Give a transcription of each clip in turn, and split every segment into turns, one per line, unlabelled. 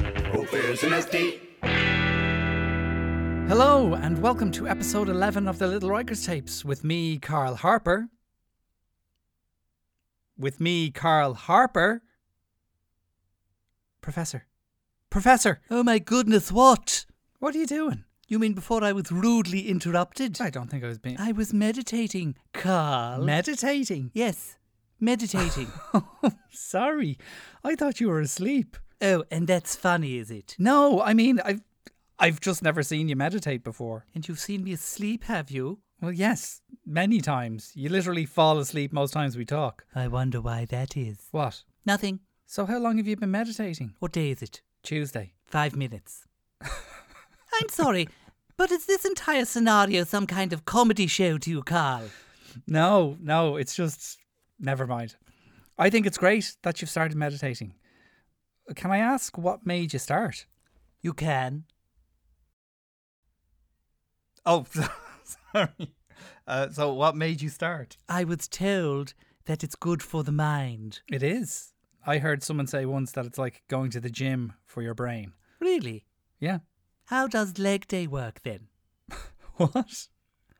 Where's an SD?
Hello, and welcome to episode 11 of the Little Rikers Tapes with me, Carl Harper. With me, Carl Harper. Professor. Professor,
Oh my goodness, what?
what are you doing?
You mean before I was rudely interrupted?
I don't think I was being.
I was meditating, Carl.
meditating.
yes, meditating.
Sorry, I thought you were asleep.
oh, and that's funny, is it?
No, I mean, I've, I've just never seen you meditate before.
And you've seen me asleep, have you?
Well, yes, many times. You literally fall asleep most times we talk.
I wonder why that is.
What?
Nothing.
So, how long have you been meditating?
What day is it?
Tuesday.
Five minutes. I'm sorry, but is this entire scenario some kind of comedy show to you, Carl?
No, no, it's just never mind. I think it's great that you've started meditating. Can I ask what made you start?
You can.
Oh, sorry. Uh, so, what made you start?
I was told that it's good for the mind.
It is. I heard someone say once that it's like going to the gym for your brain.
Really?
Yeah.
How does leg day work then?
What?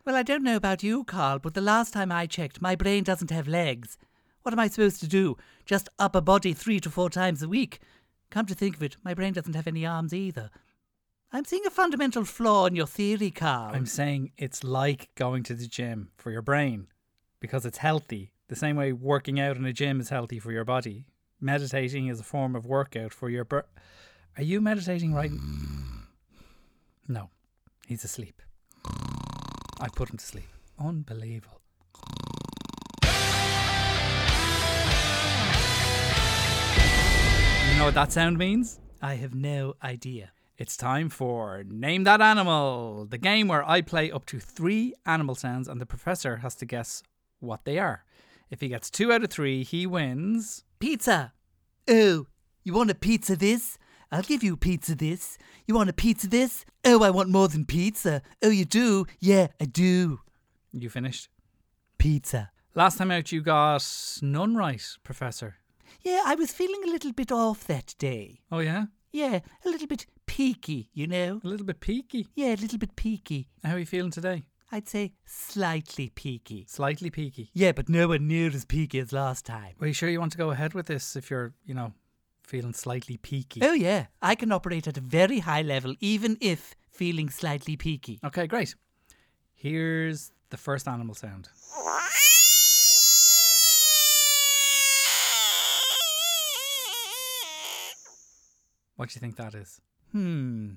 Well, I don't know about you, Carl, but the last time I checked, my brain doesn't have legs. What am I supposed to do? Just upper body three to four times a week? Come to think of it, my brain doesn't have any arms either. I'm seeing a fundamental flaw in your theory, Carl.
I'm saying it's like going to the gym for your brain because it's healthy. The same way working out in a gym is healthy for your body. Meditating is a form of workout for your br- Are you meditating right? No. He's asleep. I put him to sleep. Unbelievable. You know what that sound means?
I have no idea.
It's time for Name That Animal, the game where I play up to three animal sounds and the professor has to guess what they are. If he gets two out of three, he wins.
Pizza! Oh, you want a pizza this? I'll give you pizza this. You want a pizza this? Oh, I want more than pizza. Oh, you do? Yeah, I do.
You finished.
Pizza.
Last time out, you got none right, professor.
Yeah, I was feeling a little bit off that day.
Oh, yeah?
Yeah, a little bit peaky, you know?
A little bit peaky.
Yeah, a little bit peaky.
How are you feeling today?
I'd say slightly peaky.
Slightly peaky.
Yeah, but nowhere near as peaky as last time.
Are you sure you want to go ahead with this if you're, you know, feeling slightly peaky?
Oh, yeah, I can operate at a very high level even if feeling slightly peaky.
Okay, great. Here's the first animal sound. What do you think that is?
Hmm.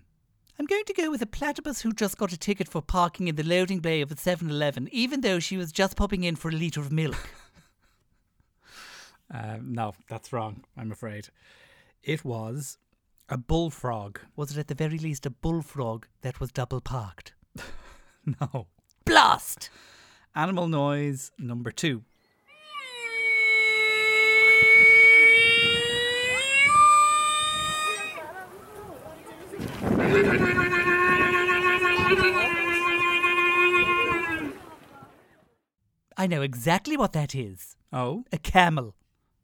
I'm going to go with a platypus who just got a ticket for parking in the loading bay of a 7 Eleven, even though she was just popping in for a litre of milk.
Uh, no, that's wrong, I'm afraid. It was a bullfrog.
was it at the very least a bullfrog that was double parked?
No.
Blast!
Animal noise number two.
I know exactly what that is
Oh,
a camel.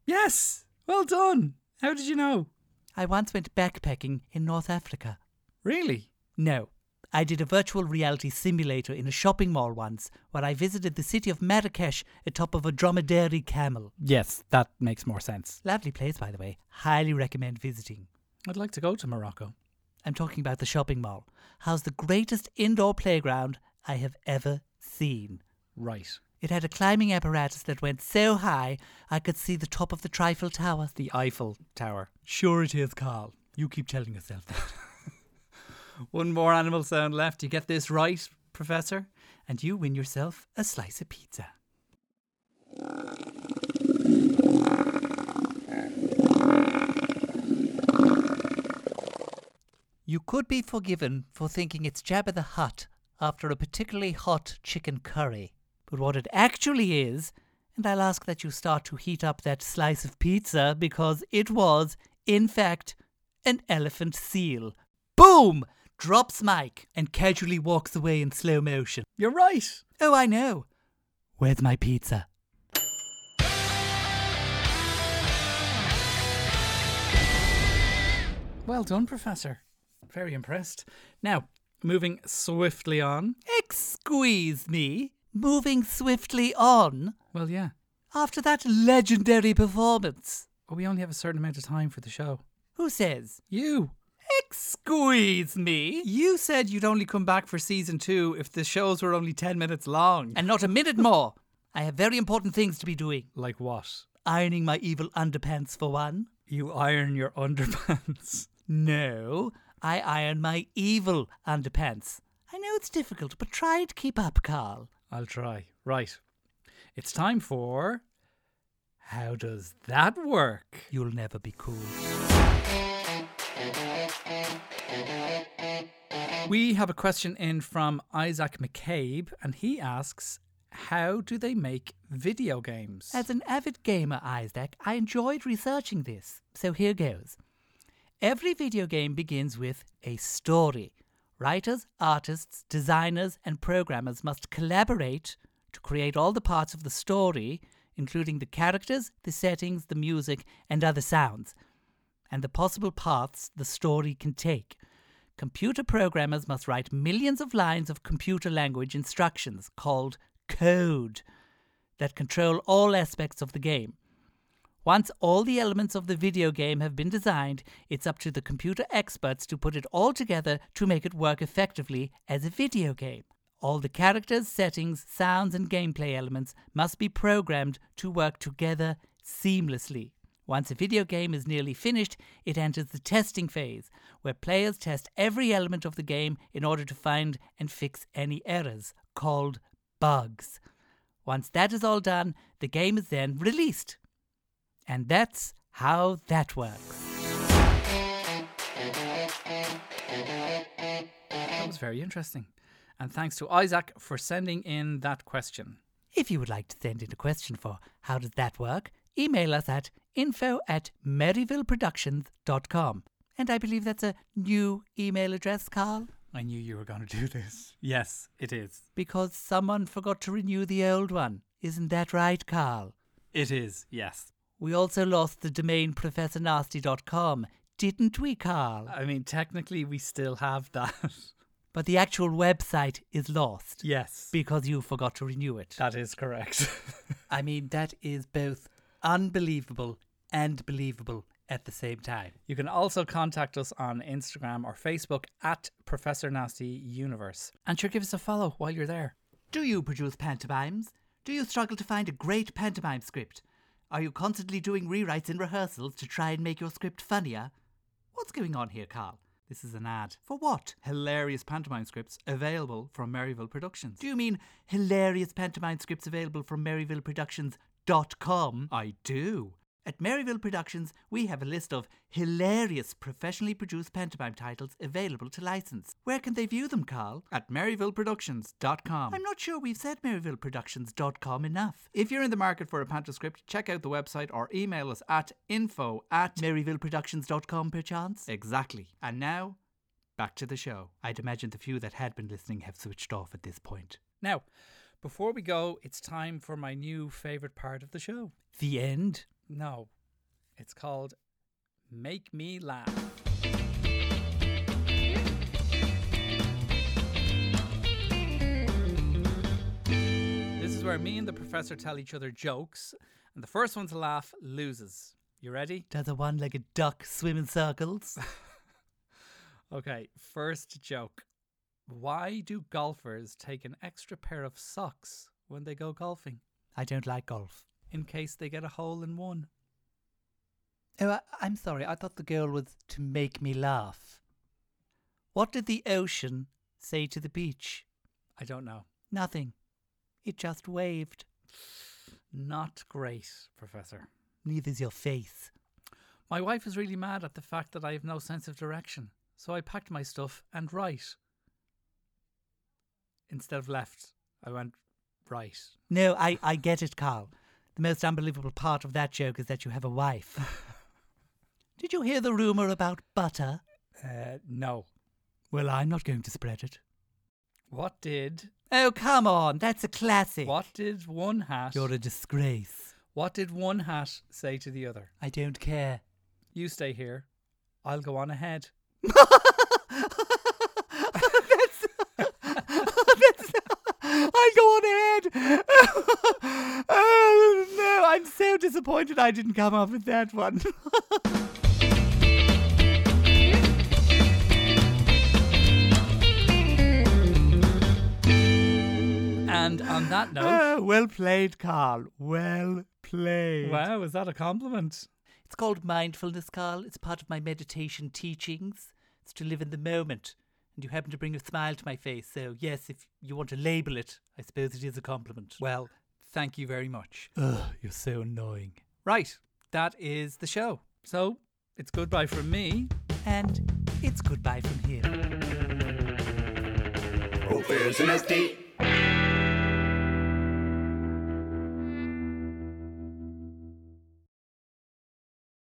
yes! Well done! How did you know?
I once went backpacking in North Africa.
Really?
No, I did a virtual reality simulator in a shopping mall once where I visited the city of Marrakesh atop of a dromedary camel.
Yes, that makes more sense.
Lovely place, by the way. Highly recommend visiting.
I'd like to go to Morocco.
I'm talking about the shopping mall. How's the greatest indoor playground I have ever seen?
Right.
It had a climbing apparatus that went so high I could see the top of the Trifle Tower.
The Eiffel Tower.
Sure it is, Carl. You keep telling yourself that.
One more animal sound left. You get this right, Professor, and you win yourself a slice of pizza.
You could be forgiven for thinking it's Jabba the Hutt after a particularly hot chicken curry. But what it actually is, and I'll ask that you start to heat up that slice of pizza because it was, in fact, an elephant seal. Boom! Drops Mike and casually walks away in slow motion.
You're right.
Oh, I know. Where's my pizza?
Well done, Professor. Very impressed. Now, moving swiftly on.
Excuse me. Moving swiftly on
Well, yeah.
after that legendary performance.
But we only have a certain amount of time for the show.
Who says?
You.
Excuse me.
You said you'd only come back for season two if the shows were only 10 minutes long.
And not a minute more. I have very important things to be doing.
like what?
Ironing my evil underpants for one.
You iron your underpants.
No, I iron my evil underpants. I know it's difficult, but try and keep up, Carl.
I'll try. Right. It's time for. How does that work?
You'll never be cool.
We have a question in from Isaac McCabe, and he asks, How do they make video games?
As an avid gamer, Isaac, I enjoyed researching this, so here goes. Every video game begins with a story. Writers, artists, designers, and programmers must collaborate to create all the parts of the story, including the characters, the settings, the music, and other sounds, and the possible paths the story can take. Computer programmers must write millions of lines of computer language instructions called code that control all aspects of the game. Once all the elements of the video game have been designed, it's up to the computer experts to put it all together to make it work effectively as a video game. All the characters, settings, sounds, and gameplay elements must be programmed to work together seamlessly. Once a video game is nearly finished, it enters the testing phase, where players test every element of the game in order to find and fix any errors, called bugs. Once that is all done, the game is then released. And that's how that works.
That was very interesting. And thanks to Isaac for sending in that question.
If you would like to send in a question for How Does That Work, email us at info at merrivilleproductions.com. And I believe that's a new email address, Carl,
I knew you were going to do this. Yes, it is.
because someone forgot to renew the old one. Isn't that right, Carl?
It is, yes.
We also lost the domain professornasty.com, didn't we, Carl?
I mean, technically, we still have that.
But the actual website is lost
yes.
because you forgot to renew it.
That is correct.
I mean, that is both unbelievable and believable at the same time.
you can also contact us on Instagram or Facebook at Professor Nasty Universe. And sure, give us a follow while you're there.
Do you produce pantomimes? Do you struggle to find a great pantomime script? Are you constantly doing rewrites and rehearsals to try and make your script funnier? What's going on here, Carl?
This is an ad. For what? Hilarious pantomime scripts available from Maryville Productions.
Do you mean hilarious pantomime scripts available from MerrivilleProductions.com?
I do.
At Maryville Productions, we have a list of hilarious professionally produced pantomime titles available to license. Where can they view them, Carl?
At MaryvilleProductions.com.
I'm not sure we've said MerrivilleProductions.com enough.
If you're in the market for a Panto script, check out the website or email us at info at
MerrivilleProductions.com, perchance?
Exactly. And now, back to the show.
I'd imagine the few that had been listening have switched off at this point.
Now, before we go, it's time for my new favourite part of the show.
The end?
No, it's called Make Me Laugh. This is where me and the professor tell each other jokes, and the first one to laugh loses. You ready?
Does a one legged duck swim in circles?
Okay, first joke. Why do golfers take an extra pair of socks when they go golfing?
I don't like golf.
In case they get a hole in one.
Oh, I, I'm sorry. I thought the girl was to make me laugh. What did the ocean say to the beach?
I don't know.
Nothing. It just waved.
Not great, Professor.
Neither's your face.
My wife is really mad at the fact that I have no sense of direction, so I packed my stuff and right. Instead of left, I went right.
No, I, I get it, Carl. The most unbelievable part of that joke is that you have a wife. did you hear the rumour about butter?
Uh, no.
Well, I'm not going to spread it.
What did.
Oh, come on. That's a classic.
What did one hat.
You're a disgrace.
what did one hat say to the other?
I don't care.
You stay here. I'll go on ahead.
that's, that's, I'll go on ahead. oh, no, I'm so disappointed I didn't come up with that one.
And on that note,
Ah, well played, Carl. Well played.
wow, is that a compliment?
It's called mindfulness, Carl. It's part of my meditation teachings. It's to live in the moment. And you happen to bring a smile to my face. So, yes, if you want to label it, I suppose it is a compliment.
Well, thank you very much.
Ugh, you're so annoying.
Right, that is the show. So it's goodbye from me.
And it's goodbye from here.
Oh, there's an SD.